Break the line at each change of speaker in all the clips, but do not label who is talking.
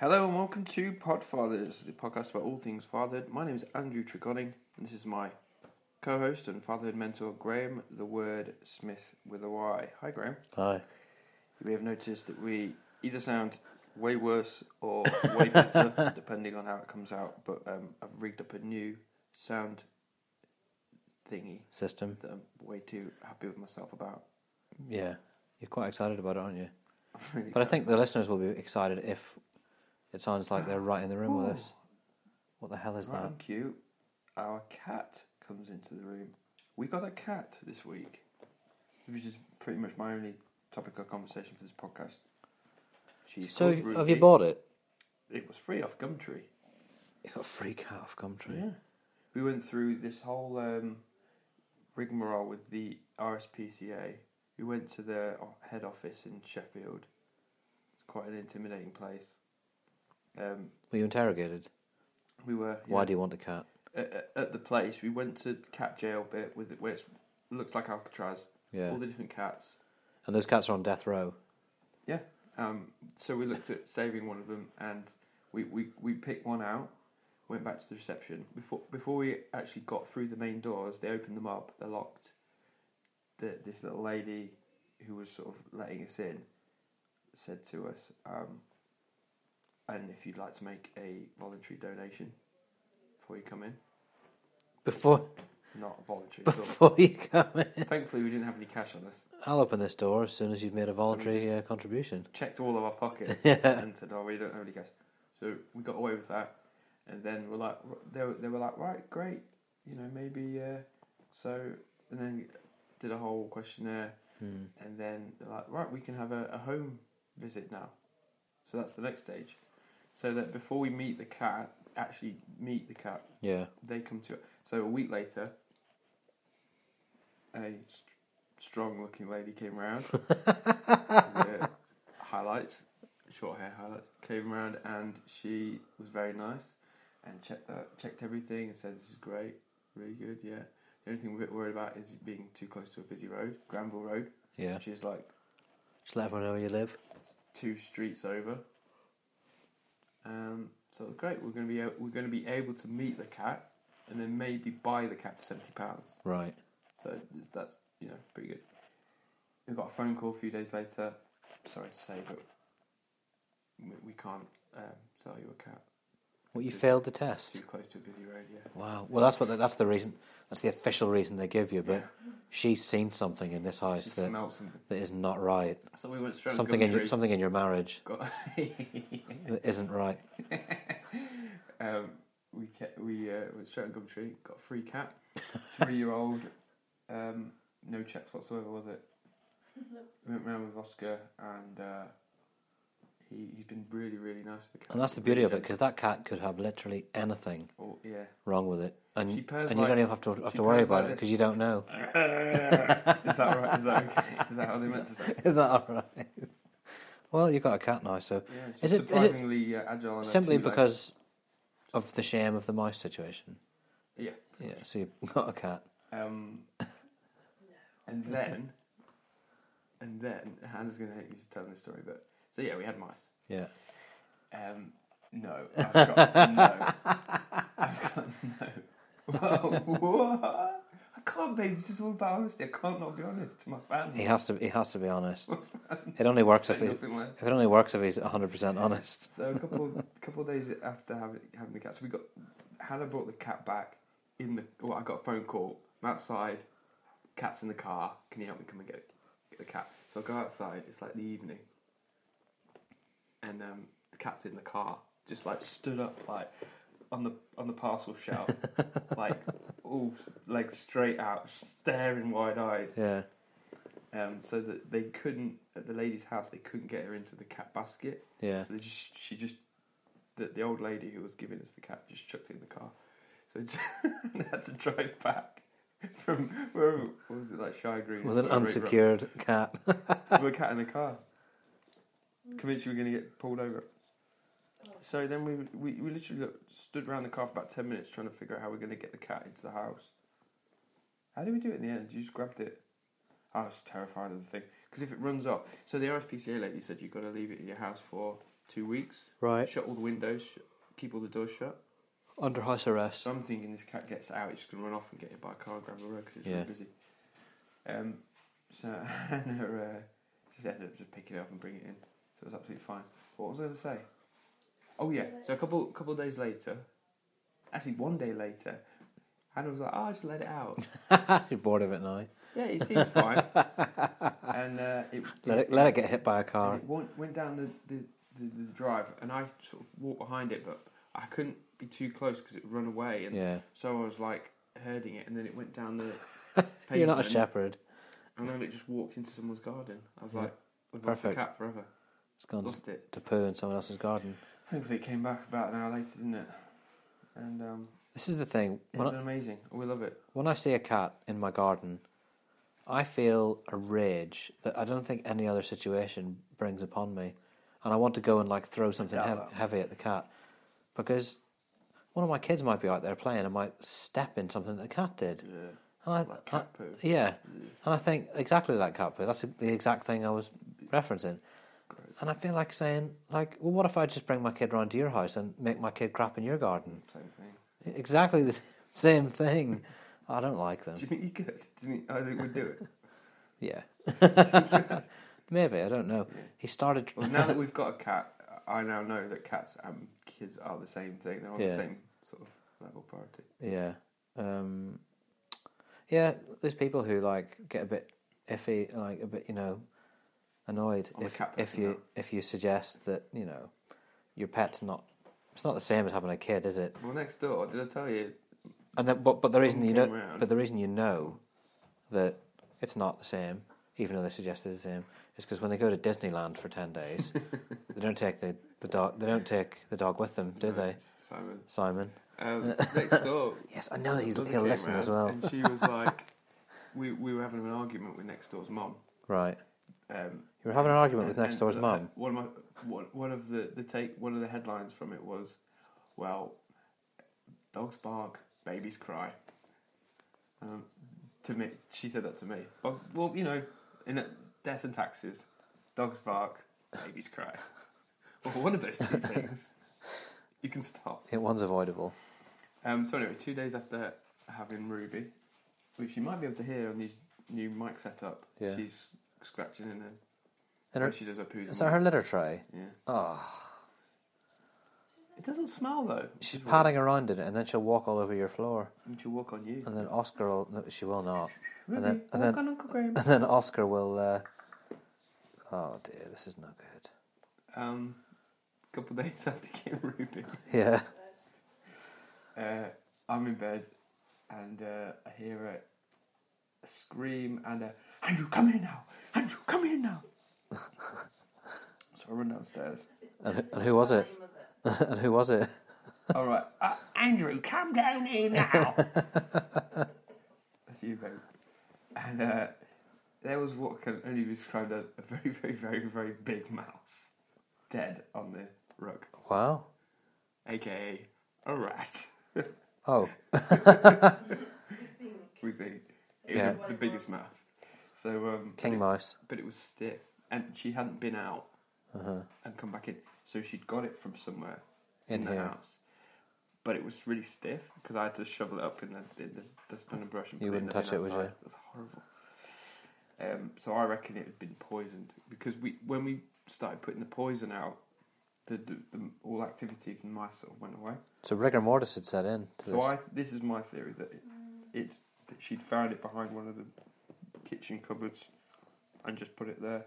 Hello and welcome to Podfathers, the podcast about all things fathered. My name is Andrew Tregonning, and this is my co host and fatherhood mentor, Graham the Word Smith with a Y. Hi, Graham.
Hi.
You may have noticed that we either sound way worse or way better, depending on how it comes out, but um, I've rigged up a new sound thingy
System.
that I'm way too happy with myself about.
Yeah. You're quite excited about it, aren't you?
I'm really
But I
excited.
think the listeners will be excited if it sounds like they're right in the room with
Ooh.
us. What the hell is
Right
that?
on cue, our cat comes into the room. We got a cat this week, which is pretty much my only topic of conversation for this podcast. She's
So,
called
have you-
Ruby.
have you bought it?
It was free off Gumtree.
You got a free cat off Gumtree.
Yeah. We went through this whole um, rigmarole with the RSPCA. We went to their o- head office in Sheffield. It's quite an intimidating place. Um,
Were you interrogated?
we were.
Why
yeah.
do you want a cat?
at, at the place. We went to the cat jail bit with it, where it looks like Alcatraz.
Yeah.
All the different cats.
And those cats are on death row.
Yeah. Um, so we looked at saving one of them, and we, we, we picked one out. Went back to the reception before before we actually got through the main doors. They opened them up. They're locked. The, this little lady who was sort of letting us in said to us, um, "And if you'd like to make a voluntary donation before you come in,
Before
not a voluntary, sort of
before you come in.
Thankfully, we didn't have any cash on us.
I'll open this door as soon as you've made a voluntary
just-
uh, contribution.
Checked all of our pockets
yeah.
and said, "Oh, we don't have any cash." So we got away with that, and then we're like, they were, they were like, "Right, great, you know, maybe." Uh, so and then did a whole questionnaire,
Hmm.
and then they're like, "Right, we can have a, a home visit now." So that's the next stage. So that before we meet the cat, actually meet the cat,
Yeah.
they come to it. So a week later, a st- strong-looking lady came round. the highlights, short hair highlights, came round and she was very nice and checked that, checked everything and said this is great, really good, yeah. The only thing we're a bit worried about is being too close to a busy road, Granville Road,
Yeah.
which is like
Just let everyone know where you live.
two streets over. Um, so it was great. We're going to be a- we're going to be able to meet the cat and then maybe buy the cat for seventy pounds.
Right.
So it's- that's you know pretty good. We got a phone call a few days later. Sorry to say, but we, we can't um, sell you a cat
Well, you
Just-
failed the test.
too close to a busy road. Yeah.
Wow. Well, that's what the, that's the reason. That's the official reason they give you. But
Yeah.
she's seen something in this house
She
that,
smells something.
that is not right.
So we went straight
Something
on
in your,
Gumtree.
something in your marriage
Got
that isn't right.
um, we kept, we uh, went straight on Gumtree, got a free cat, three year old, um, no checks whatsoever, was it? We went round with Oscar, and uh, he he's been really really nice to the cat.
And that's the beauty of it because that cat could have literally anything
Oh yeah.
wrong with it, and
She purrs
and you
like-
don't even have to have
she
to worry
purrs like
about it
this.
because you don't know.
is that right? Is that okay? Is that how they meant to say?
Is that all right? well, you've got a cat now, so
Yeah, she's
Is it- is it
surprisingly uh, agile. and actually,
simply
like-
because of the shame of the mouse situation.
yeah,
Yeah. So you've got a cat.
Um, and then, and then Hannah's going to hate me for telling this story, but so yeah, we had mice.
Yeah.
Um, no, I've got no. I've got no. Whoa, what? I can't, babe. This is all about honesty. I can't not be honest to my family.
He has to. He has to be honest. It only works if
Say
he's
nothing less.
If it only works if he's 100% honest.
So a couple couple of days after having having the cat, so we got Hannah brought the cat back in the. Well, I got a phone call. I'm outside. Cat's in the car. Can you help me come and get, get the cat? So I go outside. It's like the evening, and um, the cat's in the car, just like stood up like on the on the parcel shelf, like all legs straight out, staring wide eyed.
Yeah.
Um, so that they couldn't at the lady's house, they couldn't get her into the cat basket.
Yeah.
So they just, she just, the, the old lady who was giving us the cat just chucked it in the car. So I had to drive back from where what was it like Shire Green
With an
Where we were-
unsecured cat.
With a cat in the car, convinced you were going to get pulled over. So then we we, we literally look, stood around the car for about ten minutes trying to figure out how we're going to get the cat into the house. How did we do it in the end? You just grabbed it. I was terrified of the thing Because if it runs off, so the RSPCA lady said you've got to leave it at your house for two weeks.
Right.
Shut all the windows. Sh- keep all the doors shut.
Under house arrest.
So I'm thinking this cat gets out, it's just going to run off and get hit by a car and grab the road because it's
Yeah.
really busy. Um, so and her, uh, just ended up just picking it up and bringing it in. So it was absolutely fine. What was I going to say? Oh yeah. So a couple couple days later, actually one day later, Hannah was like, "Oh, I just let it out."
You're bored of it now.
yeah, it seems fine. and uh, it
Let it, let it get hit by a
and
car.
it went, went down the, the, the, the drive, and I sort of walked behind it, but I couldn't be too close because it run away, and
Yeah.
so I was like herding it, and then it went down the
You're not a
pavement,
shepherd.
And then it just walked into someone's garden. I was
Yeah.
like, I've lost the
Perfect.
cat forever.
It's gone
Lost it.
to poo in someone else's garden.
Hopefully, it came back about an hour later, didn't it? And um,
This is the thing. When
it's
I,
amazing. We love it.
when I see a cat in my garden, I feel a rage that I don't think any other situation brings upon me, and I want to go and like throw something
doubt
heav
that.
heavy at the cat because one of my kids might be out there playing and might step in something that the cat did.
Yeah,
And I,
like
I-
cat poo.
yeah, and I think exactly like cat poo. That's the exact thing I was referencing.
Gross.
And I feel like saying, like, well, what if I just bring my kid round to your house and make my kid crap in your garden? E-,
Same thing.
Exactly the same thing. I don't like
Do
them.
you think you could? Do you think I think we'd do it?
Yeah. Maybe, I don't know. He started.
Well, now that we've got a cat, I now know that cats and kids are the same thing. They're on the
Yeah.
same sort of level priority.
Yeah. Um, yeah, there's people who, like, get a bit iffy, like, a bit, you know, annoyed
I'm a
if,
cat
if
person
you
now.
if you suggest that, you know, your pet's not. It's not the same as having a kid, is it?
Well, next door, did I tell you?
And that, but, but the reason you
came
know,
round.
but the reason you know that it's not the same, even though they suggest it's the same, is because when they go to Disneyland for ten days, they don't take the, the dog. They don't take the dog with them, do
No.
they,
Simon.
Simon?
Um, next door,
Yes, I know that he's,
Mother
he'll
came
listen as well.
round And she was like, we, we were having an argument with next door's mum.
Right,
Um,
you were having an argument with
and-
next
and
door's
the-
mum.
One of my one, one of the, the take one of the headlines from it was, well, dogs bark, babies cry. Um, to me, she said that to me. Well, well you know, in a, death and taxes, dogs bark, babies cry. Well, one of those two things, you can stop.
It one's avoidable.
Um, so anyway, two days after having Ruby, which you might be able to hear on these new mic setup,
Yeah.
she's scratching in her.
And her-
when she does her poos.
Is
and
that her
wheezes.
litter tray?
Yeah.
Oh,
It doesn't smell though.
she's
It's weird.
padding around in it, and then she'll walk all over your floor.
And she'll walk on you.
And then Oscar will. No, she will not.
Ruby,
and then-
walk
and then-
on Uncle Graham.
And then Oscar will. Uh, oh dear, this is not good.
um, a couple of days after came Ruby,
Yeah.
uh, I'm in bed and uh, I hear a, a scream and a Andrew, come here now. Andrew, come here now. so I run downstairs.
And, and who was it? and who was it?
All right, uh, Andrew, come down here now. That's you, babe. And uh, there was what can only be described as a very, very, very, very big mouse, dead on the rug,
Wow.
aka a rat.
Oh,
we think it was
Yeah.
the biggest mouse. So, um,
King Mouse.
but it was stiff, and she hadn't been out and come back in, so she'd got it from somewhere in,
Uh-huh. In
the
here.
house. But it was really stiff because I had to shovel it up in the, in the dustpan and brush. And
You
put in
wouldn't
the bin
touch it, would
outside.
you?
It was horrible. Um, so I reckon it had been poisoned because we when we started putting the poison out, the, the, the all activity from mice sort of went away.
So rigor mortis had set in to
So
this.
I this is my theory that it, it that she'd found it behind one of the kitchen cupboards and just put it there.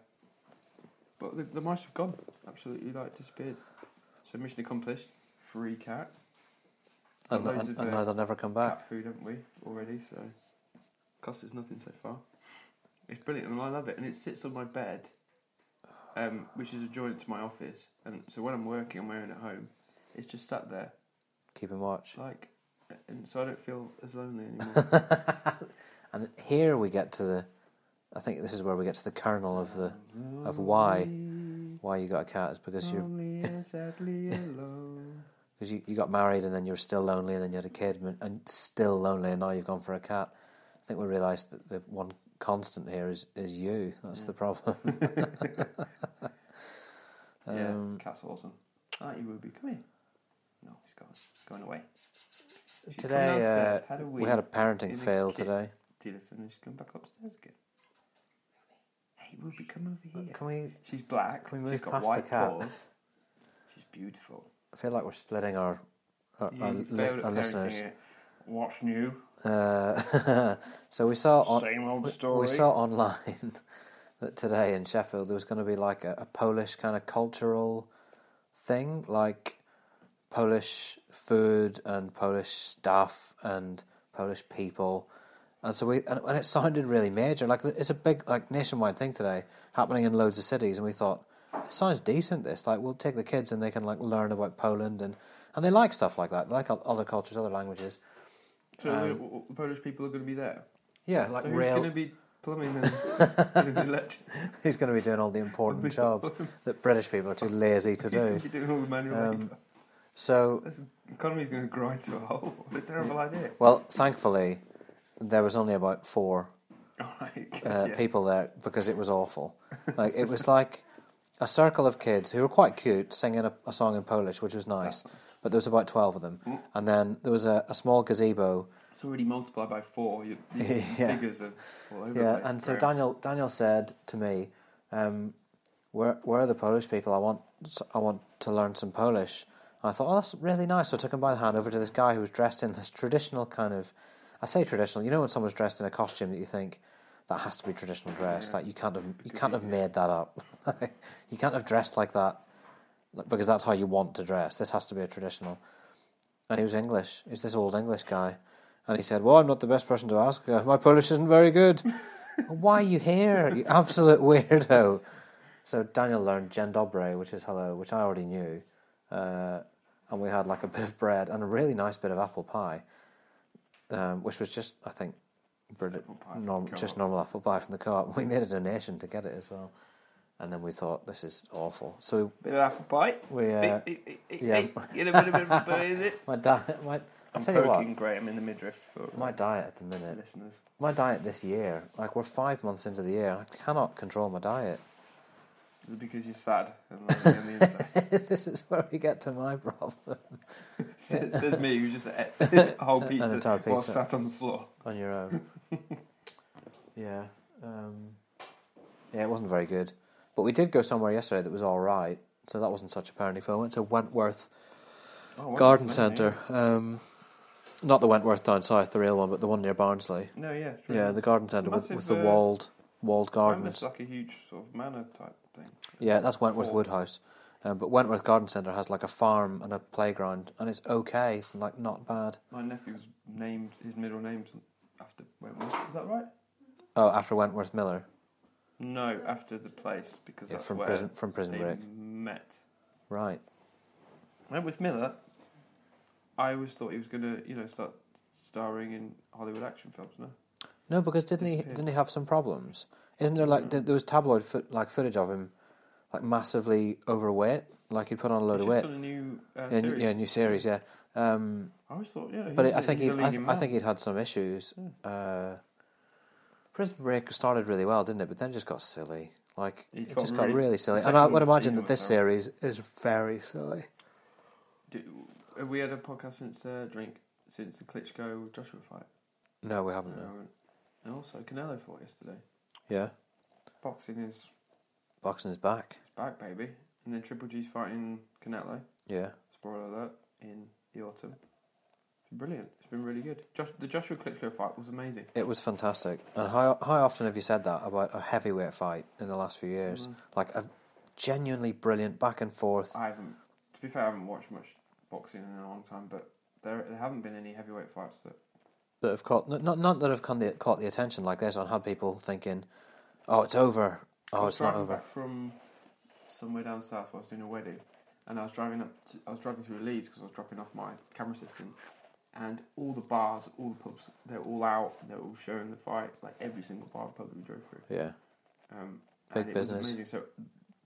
But the, the mice have gone, absolutely like disappeared. So mission accomplished. Free cat,
and,
loads
and,
of,
and
uh,
now they'll never come back.
cat food, haven't we already? So cost us nothing so far. It's brilliant, and I love it. And it sits on my bed, um, which is adjoining to my office. And so when I'm working on my own at home, it's just sat there
Keep in watch.
like, and so I don't feel as lonely anymore.
And here we get to the. I think this is where we get to the kernel of the of why why you got a cat is
Mm.
because you
Lonely and sadly alone.
because you, you got married and then you were still lonely and then you had a kid and, and still lonely and now you've gone for a cat. I think we realised that the one constant here is, is you. That's
Yeah.
the problem.
Yeah,
um,
cat's awesome. Aren't you, Ruby? Come here. No, he's gone. He's going away. She's come
Today,
downstairs,
uh,
had a
we,
wee,
had a parenting
in the
fail
kit-
today.
did it, and then she's going back upstairs again. Hey, Ruby, come over here.
Can we?
She's black.
Can we move
she's got
past the
white
cat?
paws. She's beautiful.
I feel like we're splitting our our,
You
our,
failed
lis-
at
our
parenting
listeners.
her. What's new?
Uh, so we saw on,
Same old
we-
story.
we saw online that today in Sheffield there was going to be like a, a Polish kind of cultural thing, like Polish food and Polish stuff and Polish people. And so we and, and it sounded really major. Like it's a big like nationwide thing today happening in loads of cities and we thought it sounds decent this. Like we'll take the kids and they can like learn about Poland and and they like stuff like that. They like o- other cultures, other languages.
So the- w- w- Polish people are going to be there.
um, Yeah, like
so who's
real
going to be plumbing and going to be electric?
He's going to be doing all the important jobs that British people are too lazy to
He's going
do.
to be doing all the manual
Um,
labour.
So,
This economy's going to grind to a halt. What a terrible idea.
well, thankfully, there was only about four
All right. good,
uh,
yeah.
people there because it was awful. Like it was like a circle of kids who were quite cute singing a, a song in Polish, which was nice. But there was about twelve of them, and then there was a, a small gazebo.
It's already multiplied by four. Your, your
Yeah.
figures are all over the
Yeah,
place.
and so
Graham.
Daniel Daniel said to me, um, "Where where are the Polish people? I want I want to learn some Polish." And I thought, "Oh, that's really nice." So I took him by the hand over to this guy who was dressed in this traditional kind of, I say traditional. You know when someone's dressed in a costume that you think that has to be traditional dress. Like you can't have you can't have made that up. you can't have dressed like that like, because that's how you want to dress. This has to be a traditional. And he was English. He's this old English guy. And he said, Well, I'm not the best person to ask. Uh, My Polish isn't very good. Why are you here? You absolute weirdo. So Daniel learned Dzień dobry, which is hello, which I already knew. Uh, and we had like a bit of bread and a really nice bit of apple pie, um, which was just, I think, Brit-
Apple pie from
norm-
the
just
co-op.
normal apple pie from the co op. We made a donation to get it as well. And then we thought, This is awful. So
Bit of apple pie.
we. Uh,
Eh, eh, eh,
yeah.
eh, eh, Get a bit of bit of bit of it.
My diet, my, I'll
I'm
tell you
poking
what,
Graham in the midriff for
my diet at the
the
minute,
listeners.
my diet this year, like we're five months into the year, and I cannot control my diet.
Is it because you're sad and lonely on the inside?
this is where we get to my problem.
says, says me who just ate a whole pizza,
entire
while
pizza.
sat on the floor.
On your own. yeah. Um, yeah, it wasn't very good. But we did go somewhere yesterday that was alright, so that wasn't such a parenting fail. We went to Wentworth
Oh, what
Garden
is that,
Centre. Um, not the Wentworth down south, the real one, but the one near Barnsley.
yeah? No, yeah. it's really-
Yeah, the garden centre with,
massive,
with the
uh,
walled walled
Remember,
gardens.
It's like a huge sort of manor type thing.
Yeah, that's Wentworth
Or-
Woodhouse. Um, but Wentworth Garden Centre has like a farm and a playground, and it's okay. It's like not bad.
My nephew's named his middle name's after Wentworth. Is that right?
Oh, after Wentworth Miller,
No, after the place because
yeah,
that's
from
where
prison from Prison
they
Break,
met.
right?
Wentworth Miller. I always thought he was gonna, you know, start starring in Hollywood action films. No,
No, because didn't he
Disappeared.
didn't he have some problems? Isn't there
Mm.
like there was tabloid foot like footage of him like massively overweight, like he put on a load
he's
of
just
weight?
done a new uh,
Yeah, new-
series.
yeah, new series, yeah. Um,
I always thought, yeah,
But
he's
I
a-
think
he's
he'd,
a
I,
leading
I
man.
think he'd had some issues.
Hmm.
Uh, Prison Break started really well, didn't it? But then it just got silly. Like
It
it,
got
just got
really-
really silly.
the
And I
second
would imagine
season
that
was
this
terrible.
series is very silly.
Do- have we had a podcast since uh, drink since the Klitschko Joshua fight?
No, we haven't. No.
No. And also Canelo fought yesterday.
Yeah,
Boxing is
boxing is back.
back, baby. And then Triple G's fighting Canelo.
Yeah,
Spoiler alert! In the autumn. It's brilliant. It's been really good. Josh, the Joshua Klitschko fight was amazing.
it was fantastic. And how how often have you said that about a heavyweight fight in the last few years? Like a genuinely brilliant back and forth.
I haven't, to be fair, I haven't watched much boxing in a long time, but there, there haven't been any heavyweight fights that.
that have caught n- not not that have caught the, caught the attention like this and had people thinking, "Oh, it's over.
I
Oh,
was
it's not
driving
over."
Back from somewhere down south, where I was doing a wedding, and I was driving up. To, I was driving through Leeds because I was dropping off my camera system, and all the bars, all the pubs, they're all out. and They're all showing the fight, like every single bar and pub that we drove through.
Yeah,
Um,
Big
and it
business.
Was amazing. So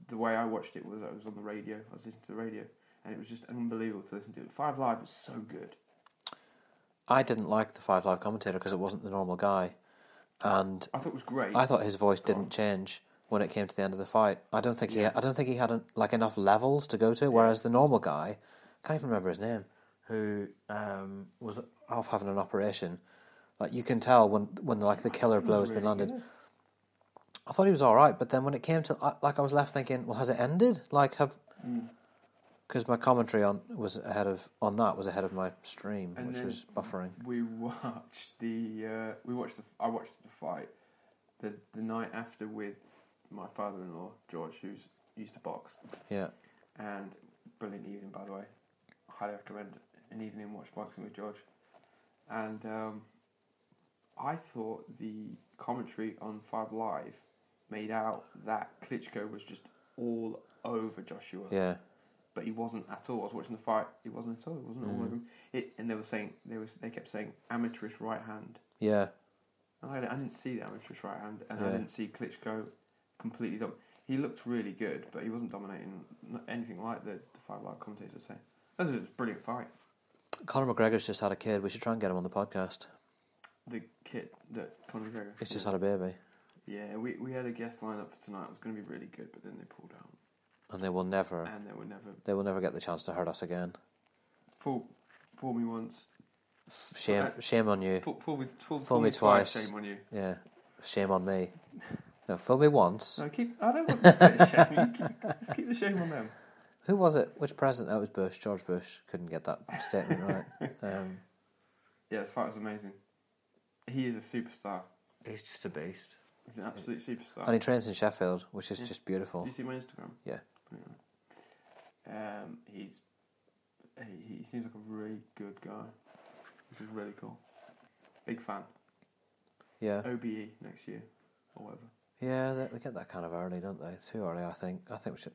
the way I watched it was I was on the radio. I was listening to the radio, and it was just unbelievable to listen to. Five Live was so good.
I didn't like the Five Live commentator because it wasn't the normal guy. and
I thought it was great.
I thought his voice didn't change when it came to the end of the fight. I don't think he I don't think he had en- like enough levels to go to. Whereas the normal guy, I can't even remember his name, who um, was off having an operation. Like you can tell when when like the killer blow has been landed. I thought he was all right, but then when it came to I- like I was left thinking, well, has it ended? Like have.
Mm.
Because my commentary on was ahead of on that was ahead of my stream,
And
which
then-
was buffering.
we watched the uh, we watched the I watched the fight the the night after with my father-in-law George, who's used to box,
Yeah,
and brilliant evening by the way. Highly recommend an evening watch boxing with George. And um, I thought the commentary on Five Live made out that Klitschko was just all over Joshua
yeah,
but he wasn't at all. I was watching the fight; he wasn't at all. He wasn't all over him. It, and they were saying they was they kept saying amateurish right hand,
yeah,
and I, I didn't see the amateurish right hand, and I
Yeah.
didn't see Klitschko completely. Dom- he looked really good, but he wasn't dominating n- anything like the, the five live commentators were saying. That was a brilliant fight.
Conor McGregor's just had a kid. We should try and get him on the podcast.
The kid that Conor McGregor.
He's just had a baby,
yeah, we, we had a guest lineup for tonight. It was going to be really good, but then they pulled out,
and they will never,
and they were never
they will never get the chance to hurt us again.
fool fool me once,
Shame, shame on you.
fool, fool, me- fool,
Fool me twice.
Shame on you.
Yeah, shame on me. No, fool me once.
No, keep. I don't want to take shame. Keep, just keep the shame on them.
Who was it? Which president? That was Bush. George Bush couldn't get that statement right. Um,
Yeah, this fight was amazing. He is a superstar.
He's just a beast,
He's an absolute superstar.
and he trains in Sheffield, which is
Yeah.
just
Do
beautiful.
you see my Instagram?
Yeah.
Um, he's he, he seems like a really good guy. He's really cool. Big fan.
Yeah,
OBE next year or whatever.
yeah, they, they get that kind of early, don't they? Too early, I think. I think we should.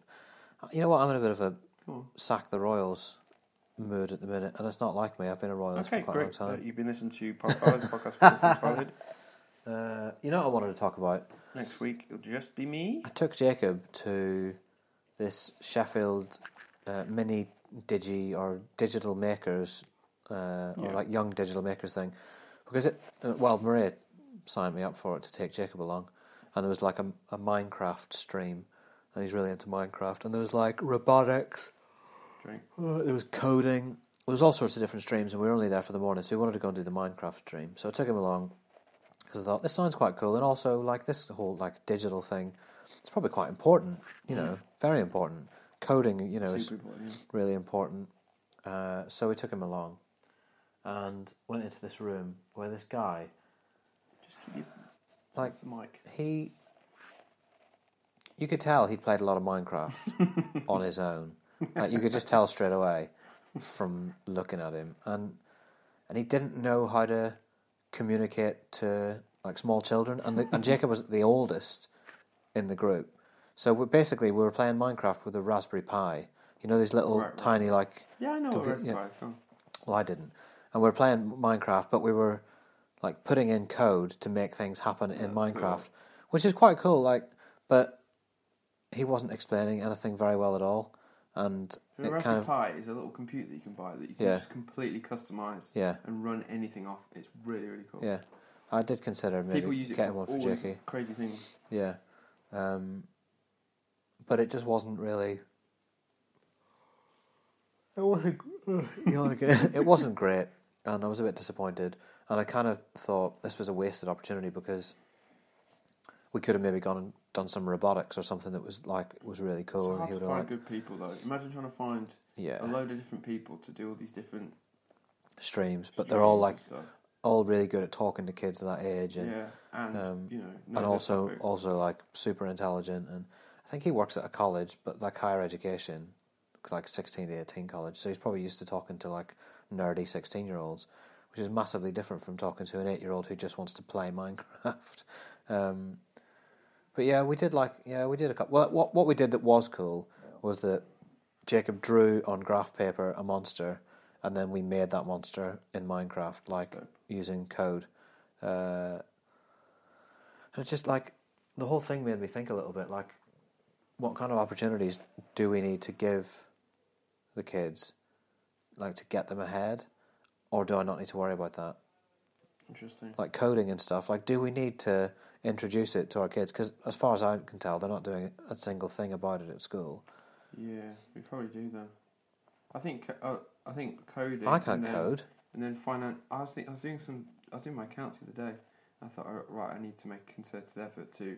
You know what? I'm in a bit of a
Come on.
sack the Royals mood at the minute, and it's not like me. I've been a Royals
okay,
for quite a long
great.
time.
Uh, you've been listening to Popeye, the podcast for childhood.
Uh, you know what I wanted to talk about?
Next week it'll just be me.
I took Jacob to this Sheffield uh, mini digi or digital makers uh, or
Yeah.
like young digital makers thing because it uh, well Maria signed me up for it to take Jacob along and there was like a, a Minecraft stream and he's really into Minecraft and there was like robotics
Drink.
uh, there was coding. There was all sorts of different streams, and we were only there for the morning, so we wanted to go and do the Minecraft stream. So I took him along because I thought this sounds quite cool, and also like this whole like digital thing, it's probably quite important. You know, very important. Coding, you know, is
Super important.
really important. Uh, so we took him along, and went into this room where this guy,
Just keep your
like,
the mic.
he you could tell he'd played a lot of minecraft on his own like you could just tell straight away from looking at him and and he didn't know how to communicate to like small children and the, and jacob was the oldest in the group so we, basically we were playing minecraft with a raspberry pi you know these little
Right, right.
tiny like
Yeah, I know what
Compu-
Raspberry
yeah.
Pi is. Go on.
well, I didn't. And we were playing Minecraft, but we were like putting in code to make things happen in Minecraft, which is quite cool. Like, but he wasn't explaining anything very well at all, and
The
it
Raspberry
kind of
Pi is a little computer that you can buy that you can
Yeah.
just completely customize
yeah,
and run anything off. It's really really cool.
yeah. I did consider maybe
People use it
getting
for
one for
all
Jackie.
crazy things.
Yeah, um, but it just wasn't really. It wasn't. you know, like, it wasn't great, and I was a bit disappointed. And I kind of thought this was a wasted opportunity because we could have maybe gone and done some robotics or something that was like was really
it's
cool. and
hard
he
to
would
find
have like
good people though. Imagine trying to find
yeah
a load of different people to do all these different.
streams, but they're all like
streams and stuff.
all really good at talking to kids of that age and
yeah, and
um,
you know, know
and
their
also
topic.
also like super intelligent and I think he works at a college but like higher education like 16 to 18 college so he's probably used to talking to like nerdy 16 year olds which is massively different from talking to an 8 year old who just wants to play Minecraft um, but yeah we did like yeah we did a couple well, what what we did that was cool was that Jacob drew on graph paper a monster and then we made that monster in Minecraft like using code uh, and it's just like the whole thing made me think a little bit like, what kind of opportunities do we need to give the kids, like to get them ahead, or do I not need to worry about that?
Interesting.
like coding and stuff. Like, do we need to introduce it to our kids? Because as far as I can tell, they're not doing a single thing about it at school.
Yeah, we probably do then. I think uh, I think coding.
I can't
and then-
code.
And then finance. I was, think, I was doing some. I was doing my accounts the other day. I thought, "Oh, right, I need to make a concerted effort to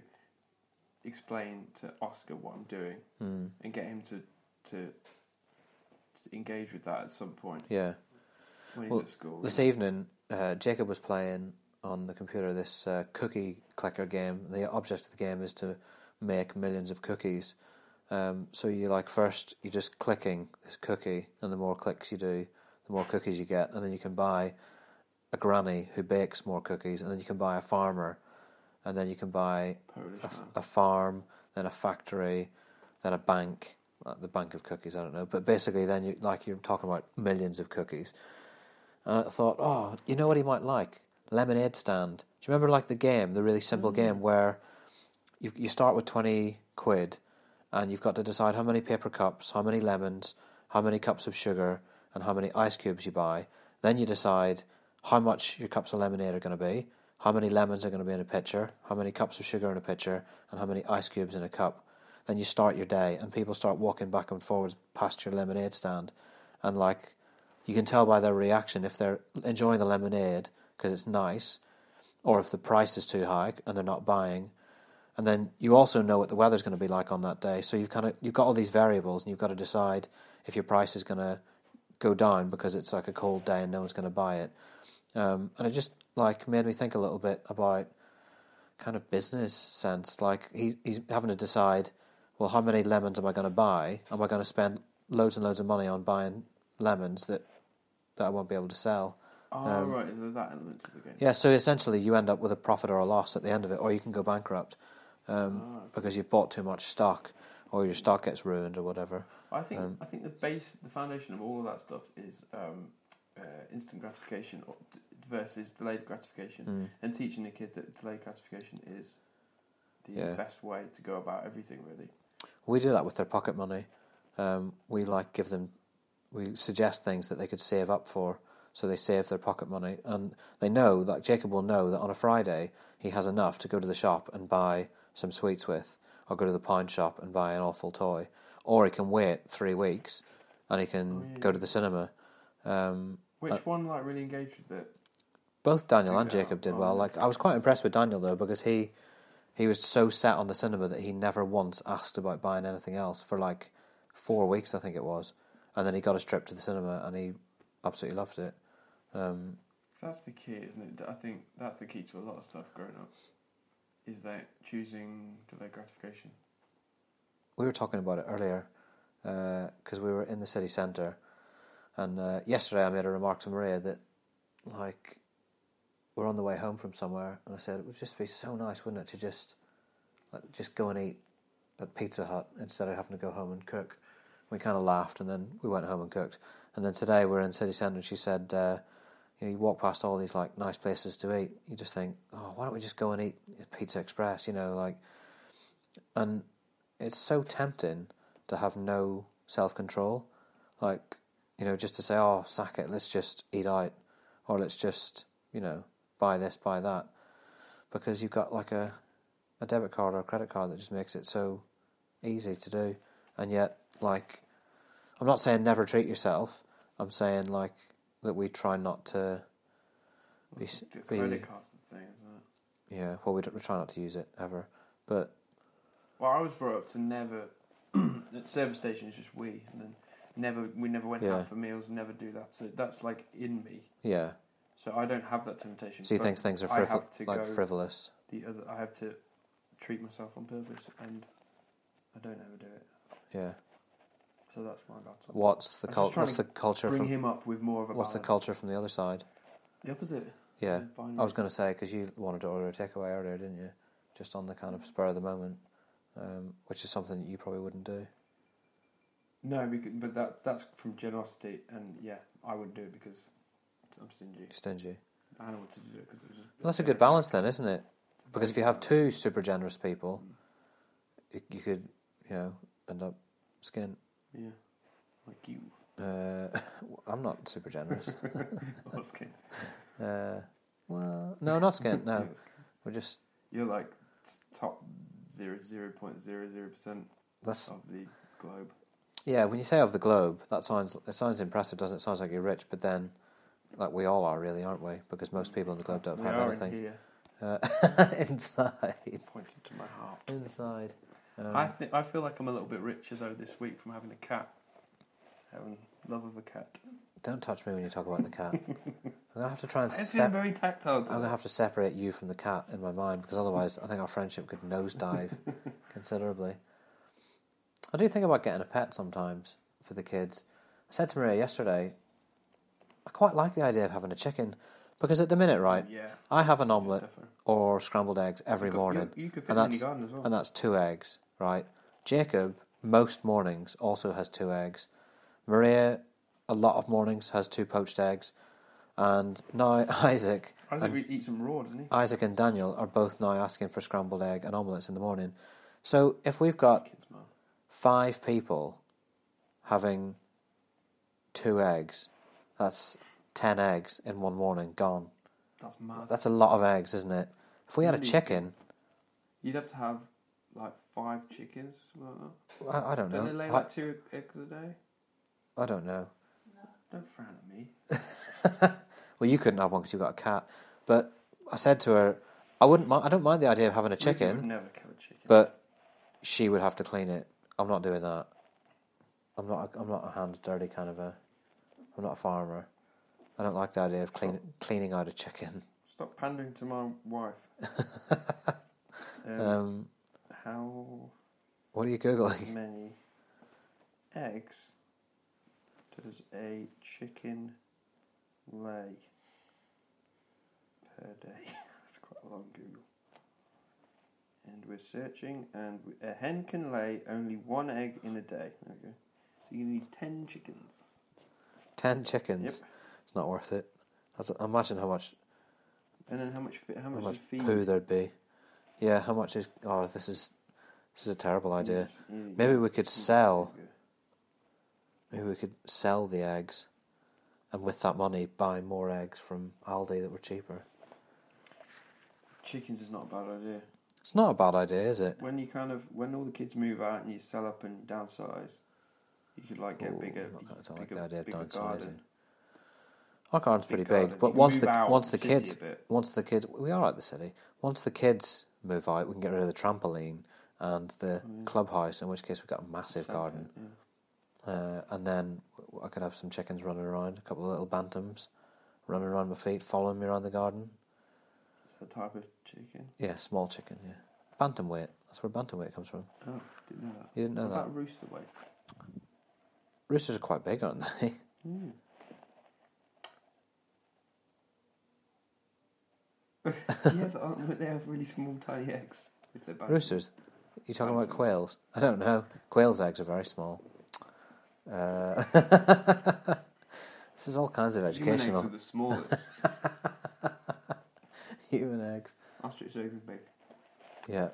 explain to Oscar what I'm doing
Mm,
and get him to to, to engage with that at some point
yeah.
when he's
Well,
at school.
This evening, uh, Jacob was playing on the computer this uh, cookie clicker game. The object of the game is to make millions of cookies. Um, so you like first you're just clicking this cookie, and the more clicks you do, the more cookies you get, and then you can buy a granny who bakes more cookies, and then you can buy a farmer, and then you can buy
Polish
a, f-
man.
a farm, then a factory, then a bank, like the bank of cookies. I don't know, but basically, then you like you're talking about millions of cookies. And I thought, oh, you know what he might like? Lemonade stand. Do you remember like the game, the really simple game where you you start with twenty quid, and you've got to decide how many paper cups, how many lemons, how many cups of sugar, and how many ice cubes you buy. Then you decide how much your cups of lemonade are going to be, how many lemons are going to be in a pitcher, how many cups of sugar in a pitcher, and how many ice cubes in a cup. Then you start your day, and people start walking back and forwards past your lemonade stand, and like you can tell by their reaction if they're enjoying the lemonade because it's nice, or if the price is too high and they're not buying. And then you also know what the weather's going to be like on that day. So you've kind of you've got all these variables, and you've got to decide if your price is going to go down because it's like a cold day and no one's going to buy it. Um, and it just like made me think a little bit about kind of business sense. Like he's he's having to decide, well, how many lemons am I going to buy? Am I going to spend loads and loads of money on buying lemons that that I won't be able to sell?
oh
um,
right, there's that element to the game.
Yeah. So essentially, you end up with a profit or a loss at the end of it, or you can go bankrupt um,
Ah,
because you've bought too much stock, or your stock gets ruined, or whatever.
I think
Um,
I think the base, the foundation of all of that stuff is um, uh, instant gratification or d- versus delayed gratification,
Mm.
and teaching the kid that delayed gratification is the
Yeah.
best way to go about everything. Really,
We do that with their pocket money. Um, we like give them, we suggest things that they could save up for, so they save their pocket money, and they know that Jacob will know that on a Friday he has enough to go to the shop and buy some sweets with, or go to the pawn shop and buy an awful toy, or he can wait three weeks, and he can
Oh, yeah.
go to the cinema. Um,
which
Uh,
one like really engaged with it?
both Daniel
Figure
and
it out.
Jacob did
Oh,
well.
yeah.
Like I was quite impressed with Daniel though because he he was so set on the cinema that he never once asked about buying anything else for like four weeks I think it was, and then he got his trip to the cinema and he absolutely loved it. Um,
'Cause That's the key, isn't it? I think that's the key to a lot of stuff growing up. Is that choosing delayed gratification?
we were talking about it earlier because we were in the city centre, and uh, yesterday I made a remark to Maria that like we're on the way home from somewhere, and I said it would just be so nice, wouldn't it, to just like, just go and eat at Pizza Hut instead of having to go home and cook. We kind of laughed, and then we went home and cooked. And then today we're in city centre, and she said, uh, you know, you walk past all these like nice places to eat, you just think, oh, why don't we just go and eat at Pizza Express? You know, like, and it's so tempting to have no self control, like you know, just to say, oh, sack it, let's just eat out, or let's just you know buy this, buy that, because you've got like a a debit card or a credit card that just makes it so easy to do, and yet like I'm not saying never treat yourself. I'm saying like that we try not to Be
That's
s-
the
be-
credit card's the thing, isn't it?
yeah well we, don't, we try not to use it ever, but
Well, I was brought up to never at service stations just we and then never we never went
Yeah.
out for meals, never do that. So that's like in me.
yeah.
So I don't have that temptation.
So you
but
think things are
I
frivol-
have to
like
go-
frivolous?
the other I have to treat myself on purpose and I don't ever do it.
Yeah.
So that's my battle.
What's the
I'm just
cult?
trying
What's
to
the culture
Bring
from?
him up with more of a
What's the
balance.
culture from the other side?
The opposite.
Yeah,
The binary.
I was going to say because you wanted to order a takeaway earlier, didn't you? Just on the kind of spur of the moment, um, which is something that you probably wouldn't do.
No, because, but that that's from generosity and yeah, I wouldn't do it because I'm stingy.
Stingy.
Hannah wanted to do it because it was just
Well, that's a good balance then, isn't it? Because if you have two super generous people,
Mm.
it, you could, you know, end up skin.
Yeah. Like you.
Uh, I'm not super generous.
I was kidding.
Uh, Well, no, not skint. No, we're just
You're like t- top zero zero point zero zero percent
that's
of the globe.
yeah. When you say of the globe, that sounds it sounds impressive, doesn't it? Sounds like you're rich, but then like we all are, really, aren't we? Because most people on the globe don't
We
have
are in
anything
here.
uh, inside.
Pointing to my heart.
Inside. Um,
I think I feel like I'm a little bit richer though this week from having a cat. Having love of a cat.
Don't touch me when you talk about the cat. I'm gonna have to try and
It's
sep-
very tactile.
I'm gonna have to separate you from the cat in my mind because otherwise, I think our friendship could nosedive considerably. I do think about getting a pet sometimes for the kids. I said to Maria yesterday, I quite like the idea of having a chicken because at the minute, right,
Yeah.
I have an omelette
definitely.
or scrambled eggs every
You could-
morning,
You, you could fit
and
them in your
that's
garden as well.
and that's two eggs, right? Jacob most mornings also has two eggs. Maria a lot of mornings has two poached eggs, and now Isaac,
I think we eat some raw, doesn't he?
Isaac and Daniel are both now asking for scrambled egg and omelets in the morning. So if we've got
Kids, man.
five people having two eggs, that's ten eggs in one morning gone.
That's mad.
That's a lot of eggs, isn't it? If we had a
Really?
chicken,
You'd have to have like five chickens, something like that.
I, I don't
Don't they
know.
lay
I,
like two eggs a day?
I don't know.
Don't frown at me.
Well, you couldn't have one because you got a cat. But I said to her, I wouldn't. Mi- I don't mind the idea of having a
Ruby would
chicken,
never kill a chicken.
but she would have to clean it. I'm not doing that. I'm not. A, I'm not a hands dirty kind of a. I'm not a farmer. I don't like the idea of clean, cleaning out a chicken.
Stop pandering to my wife. um,
Um,
how
what are you googling?
many eggs does a chicken lay per day? That's quite a long Google. And we're searching, and we- a hen can lay only one egg in a day. There we go. So you need ten chickens.
Ten chickens.
Yep.
It's not worth it. That's, imagine how much
And then how much? Fi- how
how
much,
much
is feed?
poo there'd be. Yeah, how much is? Oh, this is this is a terrible idea.
Yes, yeah,
Maybe
yeah.
we could sell Maybe we could sell the eggs, and with that money, buy more eggs from Aldi that were cheaper.
Chickens is not a bad idea.
It's not a bad idea, is it?
When you kind of when all the kids move out and you sell up and downsize, you could like get
Ooh,
bigger.
I'm not gonna- I don't like
bigger,
the idea of
bigger
downsizing.
garden.
Our garden's pretty
garden.
big,
You
but
can
once
move
the
out
once
of
the
city a
kids
bit.
once the kids we are at the city. Once the kids move out, we can get rid of the trampoline and the clubhouse. In which case, we've got a massive
Sell
garden,
it, Mm. yeah.
uh, and then w- I could have some chickens running around, a couple of little bantams running around my feet, following me around the garden.
It's a type of chicken.
Yeah, small chicken. Yeah, bantam weight. That's where bantam weight comes from.
Oh, didn't know that.
You didn't know
what
that.
about rooster weight?
Roosters are quite big, aren't they?
Mm. yeah, but aren't they- they have really small, tiny eggs? If they're bad.
Roosters. You talking about
Bantams.
quails? I don't know. Quails' eggs are very small. Uh, this is all kinds of
Human eggs
educational
are the smallest.
human eggs.
Ostrich eggs are big.
Yeah.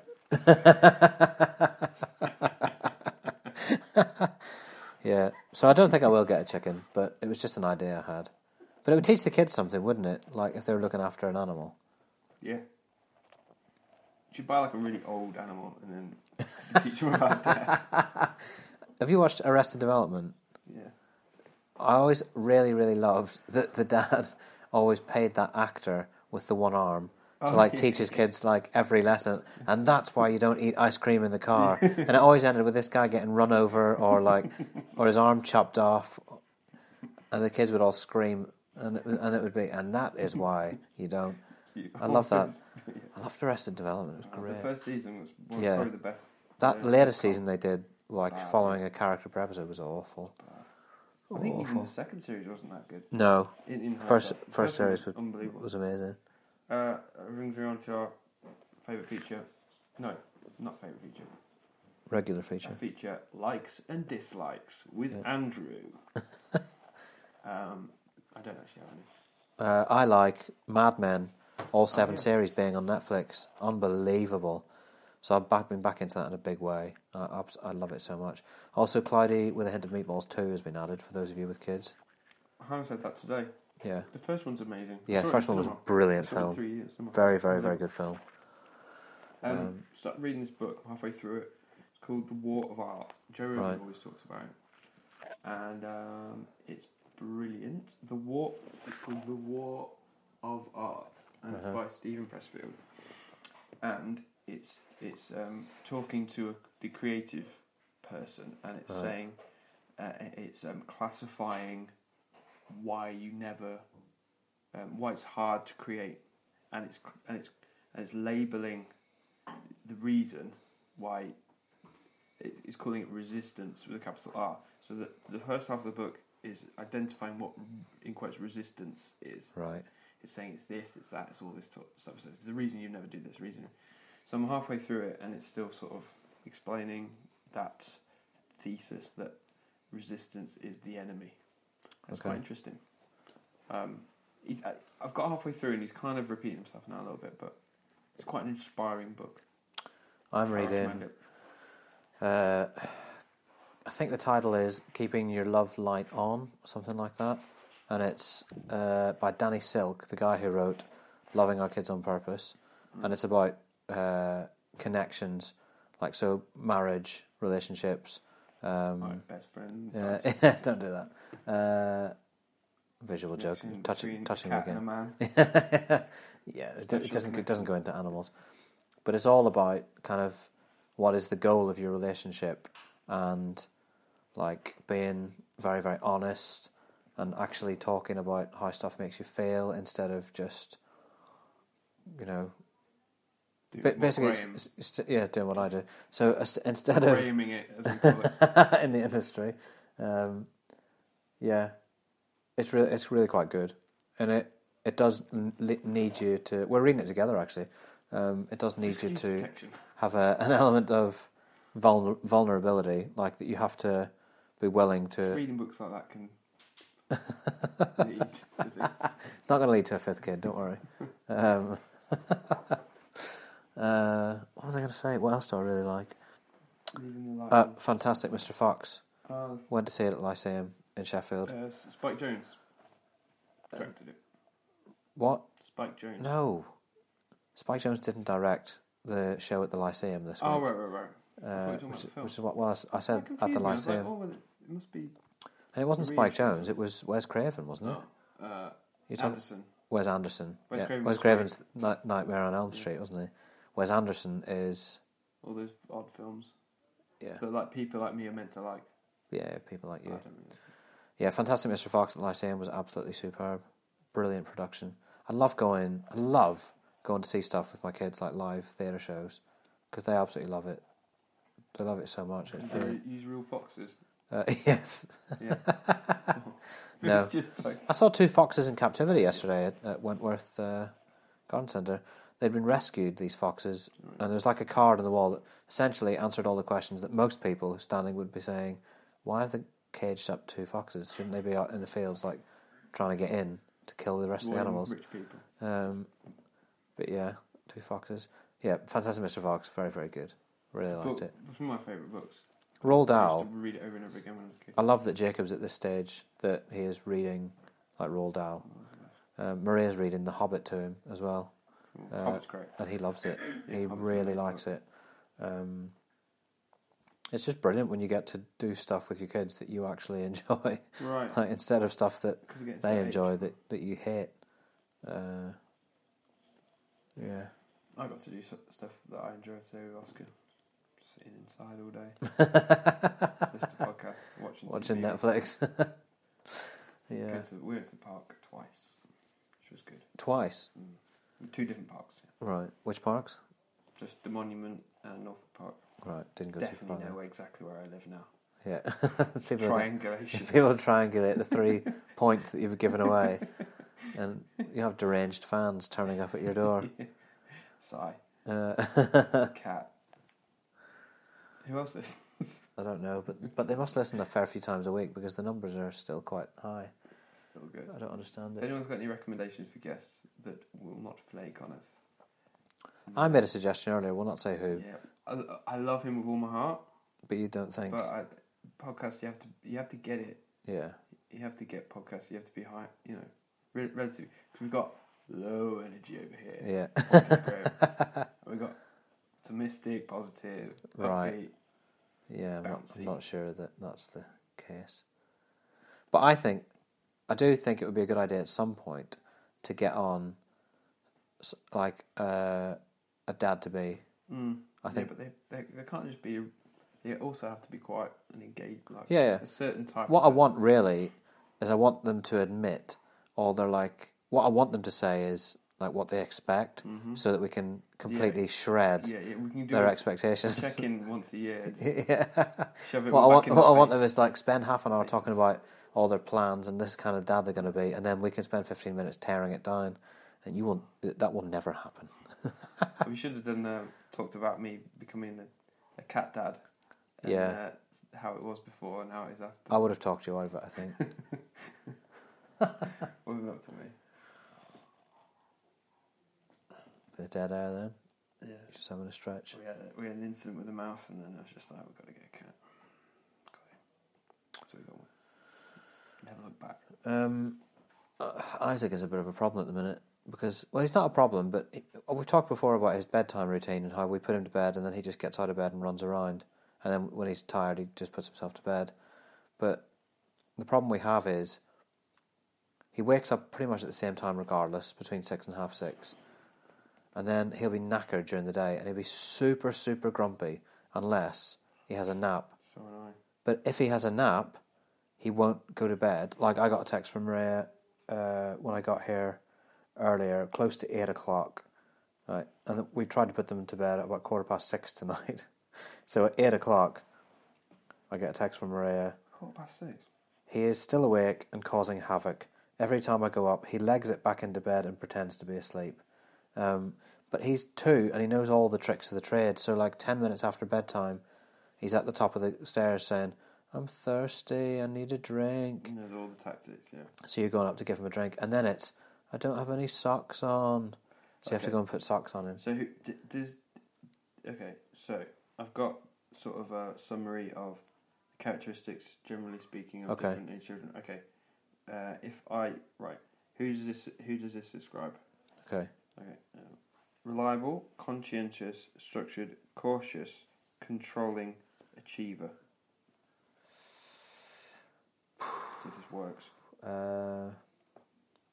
yeah. So I don't think I will get a chicken, but it was just an idea I had. But it would teach the kids something, wouldn't it? Like if they were looking after an animal.
Yeah. You should buy like a really old animal and then teach them about death.
Have you watched Arrested Development?
Yeah.
I always really, really loved that the dad always paid that actor with the one arm to
Oh,
like
yeah.
teach his kids like every lesson, and that's why you don't eat ice cream in the car. and it always ended with this guy getting run over or like, or his arm chopped off, and the kids would all scream, and it, and it would be, and that is why you don't.
You-
I love that.
Yeah.
I loved Arrested Development. It was
Uh,
great.
The first season was one,
Yeah.
probably the best.
that
yeah.
later season they did, like
Bad.
following a character per episode, was awful.
I think even
Awful.
the second series wasn't that good.
No,
In, in
first
hindsight.
first
one
series was,
unbelievable.
was amazing.
Uh, it brings me on to our favourite feature. No, not favourite feature.
Regular feature.
Our feature likes and dislikes with Andrew. um, I don't actually have any.
Uh, I like Mad Men,
Oh,
all seven series being on Netflix. Unbelievable. So I've back, been back into that in a big way. I, I abs- I love it so much. Also, Clyde with a hint of meatballs too has been added for those of you with kids.
I haven't said that today.
Yeah.
The first one's amazing. I
Yeah,
saw it in
first one was a
cinema. I
brilliant
saw it in
film.
three years. cinema.
Very, very, very good film.
Um,
Um,
start reading this book halfway through it. It's called The War of Art. Joe Rogan
Right.
always talks about it, and um, it's brilliant. The War. It's called The War of Art, and
Uh-huh.
it's by Stephen Pressfield. And it's it's um, talking to a, the creative person, and it's
Right.
saying uh, it's um, classifying why you never um, why it's hard to create, and it's and it's and it's labeling the reason why it, it's calling it resistance with a capital R. So that the first half of the book is identifying what in quotes resistance is.
Right.
It's saying it's this, it's that, it's all this sort of stuff. So it's the reason you never do this reason. So I'm halfway through it, and it's still sort of explaining that thesis that resistance is the enemy. That's
Okay.
quite interesting. Um, he's, I, I've got halfway through, and he's kind of repeating himself now a little bit, but it's quite an inspiring book.
I'm
I recommend
reading.
it.
Uh, I think the title is "Keeping Your Love Light On," something like that, and it's uh, by Danny Silk, the guy who wrote "Loving Our Kids on Purpose," and it's about uh, connections, like so marriage, relationships. Um,
My best friend.
Yeah,
dies.
don't do that. Uh, visual joke.
Connection
Touching,
between
touching
a cat And
again.
a man.
yeah, it, do-
Special
it doesn't
connection.
it doesn't go into animals, but it's all about kind of what is the goal of your relationship and like being very very honest and actually talking about how stuff makes you feel instead of just you know
Do
ba-
what
basically it's,
Graham-
it's- it's- yeah doing what I do. So as- instead of
Grahaming it, as we call it.
in the industry. Um, yeah, it's really it's really quite good, and it it does n- li- need you to. We're reading it together actually. Um, it does need you
Excuse
to
protection.
have a, an element of vulner- vulnerability, like that you have to be willing to.
Reading books like that can lead to things.
It's not going to lead to a fifth kid. Don't worry. Um, uh, what was I going to say? What else do I really like?
Leaving the light
Uh, Fantastic Mr. Fox.
on.
Went to see it at Lyceum in
Uh,
Sheffield.
uh, Spike Jones directed it.
What?
Spike Jones.
No, Spike Jones didn't direct the show at the Lyceum this week.
Oh, right, right, right.
Uh,
were talking about
which,
the film.
which is what well, I s- I
That
said at
confused
the
me. I was like,
Lyceum,
oh, well, it must be.
and it wasn't
really
Spike
interesting.
Jones. It was Wes Craven, wasn't it?
No. Uh,
You talking
Anderson.
Wes Anderson?
Wes
yeah,
Craven
Wes
was great.
Craven's Ni- Nightmare on Elm Street, wasn't he? Wes Anderson is
All those odd films
yeah,
that like people like me are meant to like.
yeah, people like
I
you.
don't really.
Yeah, Fantastic Mr. Fox at the Lyceum was absolutely superb, brilliant production. I love going, I love going to see stuff with my kids like live theatre shows because they absolutely love it. They love it so much. It's brilliant.
They use real foxes.
Uh, yes.
Yeah.
No.
It's just like
I saw two foxes in captivity yesterday at, at Wentworth uh, Garden Centre. They'd been rescued, these foxes, and there was like a card on the wall that essentially answered all the questions that most people standing would be saying why have they caged up two foxes? Shouldn't they be out in the fields, like trying to get in to kill the rest of the
royal
animals?
Rich people.
Um, but yeah, two foxes. Yeah, Fantastic Mr. Fox, very, very good. Really liked
Book-
it.
It's one of my favourite books.
Roald
I
Dahl.
used to read it over and over again when I was a kid.
I love that Jacob's at this stage that he is reading like Roald Dahl. Um, Maria's reading The Hobbit to him as well, Uh,
Hobbit's great.
and he loves it.
Yeah,
he
Hobbit's
really
amazing
likes it. Um, it's just brilliant when you get to do stuff with your kids that you actually enjoy,
Right.
like instead of stuff that
'cause it gets
they
to age.
enjoy that, that you hate. Uh, yeah,
I got to do so- stuff that I enjoy too, Oscar. Sitting inside all day, listening to podcasts, watching,
watching
TV.
Netflix.
Go
yeah,
to the- we went to the park twice, which was good.
twice.
Two different parks, yeah.
Right, which parks?
just the monument and Norfolk Park.
Right, didn't go too far.
Definitely
there.
know exactly where I live now.
Yeah, people are
Triangulation.
If people triangulate the three points that you've given away, and you have deranged fans turning up at your door.
Sigh.
Uh,
Cat. Who else is
I don't know, but but they must listen a fair few times a week because the numbers are still quite high.
still good?
I don't understand
If
it.
anyone's got any recommendations for guests that will not flake on us,
I made a suggestion earlier. We'll not say who,
yeah, I, I love him with all my heart,
but you don't think?
but I, podcast you have to you have to get it.
yeah,
You have to get podcasts. You have to be high. You know, re- relatively because we've got low energy over here.
Yeah.
positive growth. And we've got optimistic, positive,
Right.
right.
Yeah, I'm not,
bouncy.
I'm not sure that that's the case. But I think, I do think it would be a good idea at some point to get on, s- like uh, a dad to be.
Mm.
I think,
yeah, but they, they they can't just be. They also have to be quite an engaged, like
yeah, yeah.
a certain type.
What I
of
want really is I want them to admit, or they're like, what I want them to say is like what they expect,
Mhm.
so that we can completely shred
Yeah, yeah, we can do
their
a
expectations.
check in once a year. Just
yeah.
shove it
What I
all back
want,
in
what I
the
want
face.
them is like spend half an hour
Faces.
talking about all their plans and this kind of dad they're going to be, and then we can spend fifteen minutes tearing it down, and you will that will never happen.
we should have done um, talked about me becoming a, a cat dad.
Yeah. Oh.
uh, how it was before and how it is after.
I would have talked you over, it, I think.
Wasn't up to me.
Bit of dead air then,
Yeah.
just having a stretch.
We had, we had an incident with a mouse, and then I was just like, we've got to get a cat. Got it. So we got one. Never look back.
Um, uh, Isaac is a bit of a problem at the minute because well, he's not a problem, but he, uh, we've talked before about his bedtime routine and how we put him to bed and then he just gets out of bed and runs around, and then when he's tired, he just puts himself to bed. But the problem we have is he wakes up pretty much at the same time, regardless, between six and half six, and then he'll be knackered during the day and he'll be super super grumpy unless he has a nap
So annoying.
but if he has a nap, he won't go to bed. Like I got a text from Maria uh, when I got here earlier, close to eight o'clock, right? And we tried to put them to bed at about quarter past six tonight. so at eight o'clock, I get a text from Maria.
Quarter past six.
He is still awake and causing havoc. Every time I go up, he legs it back into bed and pretends to be asleep. Um, but he's two and he knows all the tricks of the trade. So, like 10 minutes after bedtime, he's at the top of the stairs saying, I'm thirsty, I need a drink.
You know all the tactics, yeah.
So, you're going up to give him a drink. And then it's, I don't have any socks on. So, you have to
Okay.
go and put socks on him.
So who- d- does okay? So I've got sort of a summary of characteristics, generally speaking, of
Okay.
different age children. Okay. Uh, if I right, who does this? Who does this describe?
Okay.
Okay. Um, reliable, conscientious, structured, cautious, controlling, achiever. See if this works.
Uh,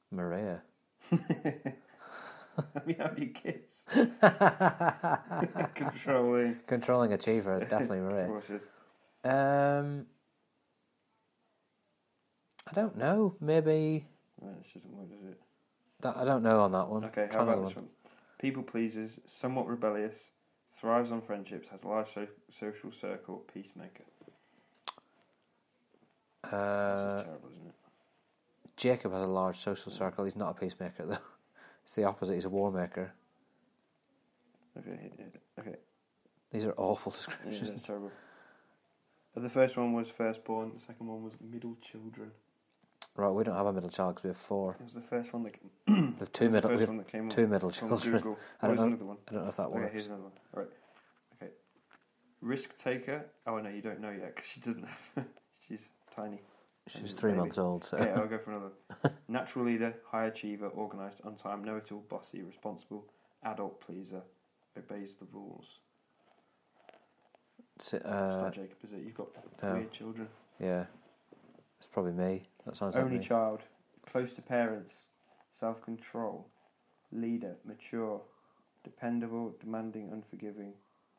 Maria.
Let me have your kids. controlling,
Controlling achiever, definitely Maria.
cautious.
Um, I don't know. Maybe
Right, this doesn't work, does it?
that, I don't know on that one.
Okay,
Try
how
another
about this one? People pleases, somewhat rebellious, thrives on friendships, has a large so- social circle, peacemaker.
one?
this
Uh,
is terrible, isn't it?
Jacob has a large social circle. He's not a peacemaker though. It's the opposite. He's a war maker.
Okay, yeah, yeah, okay.
These are awful
Yeah,
descriptions.
that's terrible. Uh, The first one was firstborn. The second one was middle children.
Right, we don't have a middle child because we have four.
It was the first one that c-
We have two middle.
Hmm. first
We have
one that came
two
on,
middle
on
children.
Google.
I
What
don't
was
know.
another one?
I don't know if that
Okay,
works.
here's another one. All right. Okay. Risk taker. Oh no, you don't know yet because she doesn't have. she's tiny.
She's
here's
three
maybe.
months old. So.
Okay, I'll go for another. one. Natural leader, high achiever, organised, on time, know-it-all, bossy, responsible, adult pleaser, obeys the rules.
It's, uh,
It's not Jacob, is it? You've got
no.
weird children.
yeah, it's probably me. That sounds like
Only
me.
child, close to parents, self-control, leader, mature, dependable, demanding, unforgiving,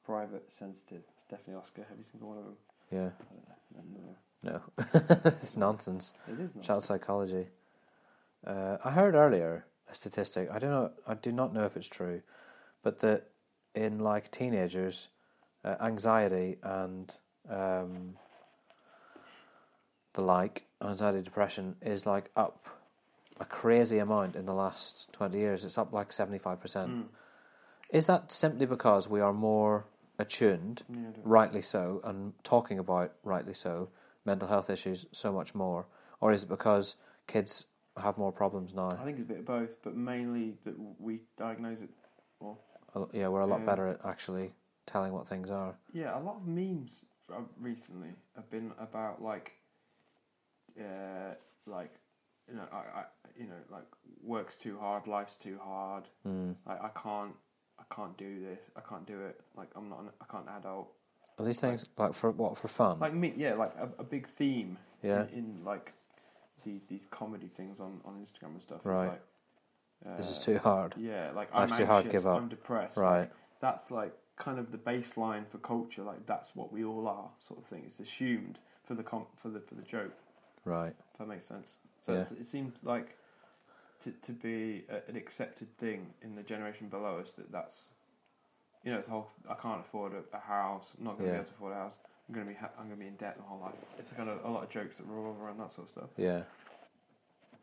private, sensitive. It's definitely Oscar. Every single one of them.
yeah,
I don't know. I don't know.
no, it's nonsense.
It is not.
Child psychology. Uh, I heard earlier a statistic. I don't know. I do not know if it's true, but that in like teenagers, uh, anxiety and um, the like, anxiety, depression is like up a crazy amount in the last twenty years. It's up like seventy five percent.
Mm.
Is that simply because we are more attuned
Hmm, Yeah, I don't know.
rightly so, and talking about rightly so mental health issues so much more, or is it because kids have more problems
I
now?
think it's a bit of both, but mainly that we diagnose it. Well,
Uh, Yeah, we're a lot
Yeah.
better at actually telling what things are.
Yeah, a lot of memes uh, recently have been about like, uh, like you know, I, I you know, like work's too hard, life's too hard.
Mm.
Like I can't, I can't do this. I can't do it. Like I'm not, an, I can't adult.
Are these things like for what for fun?
Like me, yeah. Like a, a big theme.
Yeah.
In, in like these these comedy things on on Instagram and stuff. is,
Right.
like, uh,
this is too hard.
Yeah. Like I'm
Life's
anxious,
too hard, give up.
I'm depressed. like,
Right.
that's like kind of the baseline for culture. Like that's what we all are, sort of thing. It's assumed for the com- for the for the joke.
Right.
If that makes sense. So
Yeah.
it's, it seems like to, to be a, an accepted thing in the generation below us that that's you know it's the whole I can't afford a, a house. I'm not going to
Yeah.
be able to afford a house. I'm going to be ha- I'm going to be in debt my whole life. It's kind of a lot of jokes that revolve around that sort of stuff,
Yeah.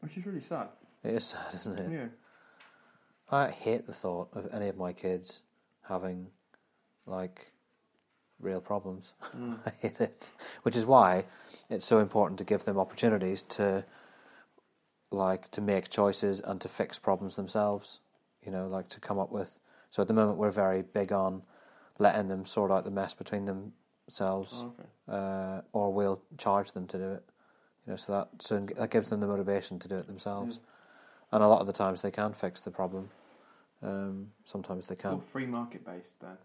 which is really sad.
It is sad, isn't
Yeah,
it? I hate the thought of any of my kids having like real problems. I hate it, which is why it's so important to give them opportunities to like to make choices and to fix problems themselves. You know, like to come up with. So at the moment, we're very big on letting them sort out the mess between themselves,
Oh, okay.
uh, or we'll charge them to do it. You know, so that so that gives them the motivation to do it themselves.
Mm.
And a lot of the times, they can fix the problem. Um, sometimes they
It's all
can't.
free market based then.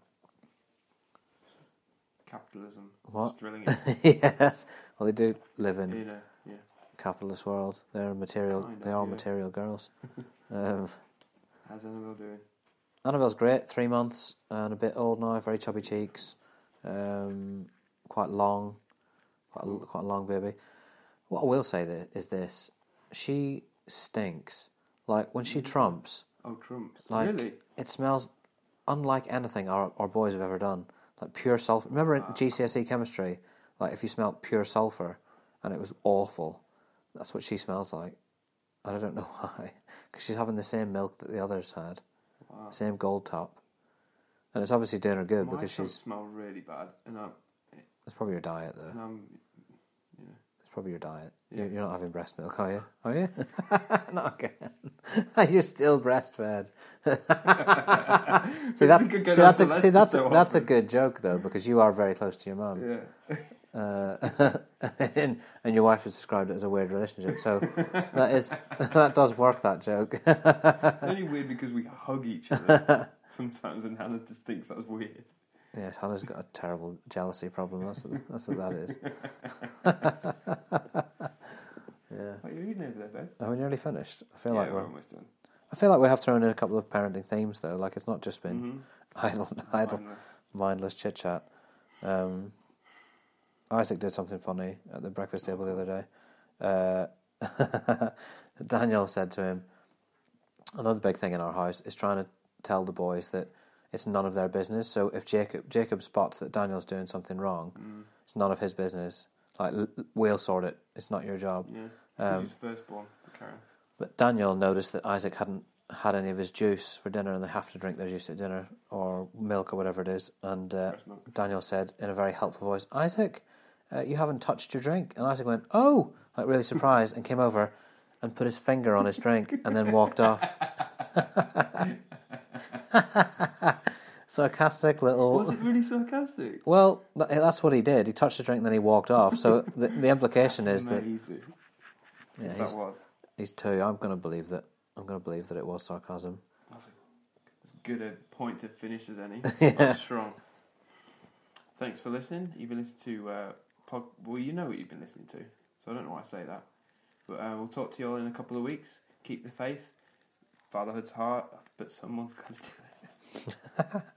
Capitalism.
What?
Just drilling it.
yes. Well, they do live in
you know, yeah.
capitalist world. They're material.
Kind
they
of,
are
yeah.
material girls. um,
How's Annabelle doing?
Annabelle's great. Three months and a bit old now. Very chubby cheeks. Um, quite long. Quite a, quite a long baby. What I will say thi- is this: she stinks. Like when she trumps,
Oh, Trump's.
Like-
really?
it smells unlike anything our, our boys have ever done. Like pure sulfur. Remember in GCSE E chemistry, like if you smelt pure sulfur, and it was awful. That's what she smells like, and I don't know why, because she's having the same milk that the others had,
Wow.
same gold top, and it's obviously doing her good
My
because
tongue
she's.
smell really bad, and I'm
It's probably your diet though.
and I'm you know
It's probably your diet.
Yeah.
You're, you're not having breast milk, are you? Are you? not again. you're still breastfed. see, that's,
could
see,
go down
that's,
to
a,
Leicester
see, that's,
so
a, that's a
often.
good joke, though, because you are very close to your mum.
Yeah.
Uh, and, and your wife has described it as a weird relationship. So that is that does work, that joke.
It's only weird because we hug each other sometimes, and Hannah just thinks that's weird.
yeah, Hannah's got a terrible jealousy problem. That's what, that's what that is. yeah.
What are you reading over there, babe?
Are we nearly finished? I feel
yeah,
like
we're,
we're
almost done.
I feel like we have thrown in a couple of parenting themes though. Like it's not just been
Mhm.
idle, idle,
Mindless.
mindless chit chat. Um, Isaac did something funny at the breakfast table the other day. Uh, Daniel said to him, "Another big thing in our house is trying to tell the boys that it's none of their business. So if Jacob Jacob spots that Daniel's doing something wrong,
Mm,
it's none of his business. Like l- l- we'll sort it. It's not your job."
Yeah,
Um,
because he's firstborn. Karen.
But Daniel noticed that Isaac hadn't had any of his juice for dinner, and they have to drink their juice at dinner or milk or whatever it is. And uh,
Breast milk.
Daniel said in a very helpful voice, "Isaac, uh, you haven't touched your drink." And Isaac went, "Oh!" Like really surprised, and came over and put his finger on his drink, and then walked off. Sarcastic little.
Was it really sarcastic?
Well, tha- that's what he did. He touched his drink, and then he walked off. So the, the implication is that
Amazing.
yeah,
That
he's,
was.
he's two. I'm going to believe that. I'm going to believe that it was sarcasm.
That's a good a point to finish as any.
Yeah.
That's strong. Thanks for listening. You've been listening to uh, pod. Well, you know what you've been listening to, so I don't know why I say that. But uh, we'll talk to you all in a couple of weeks. Keep the faith. Fatherhood's hard, but someone's got to do it.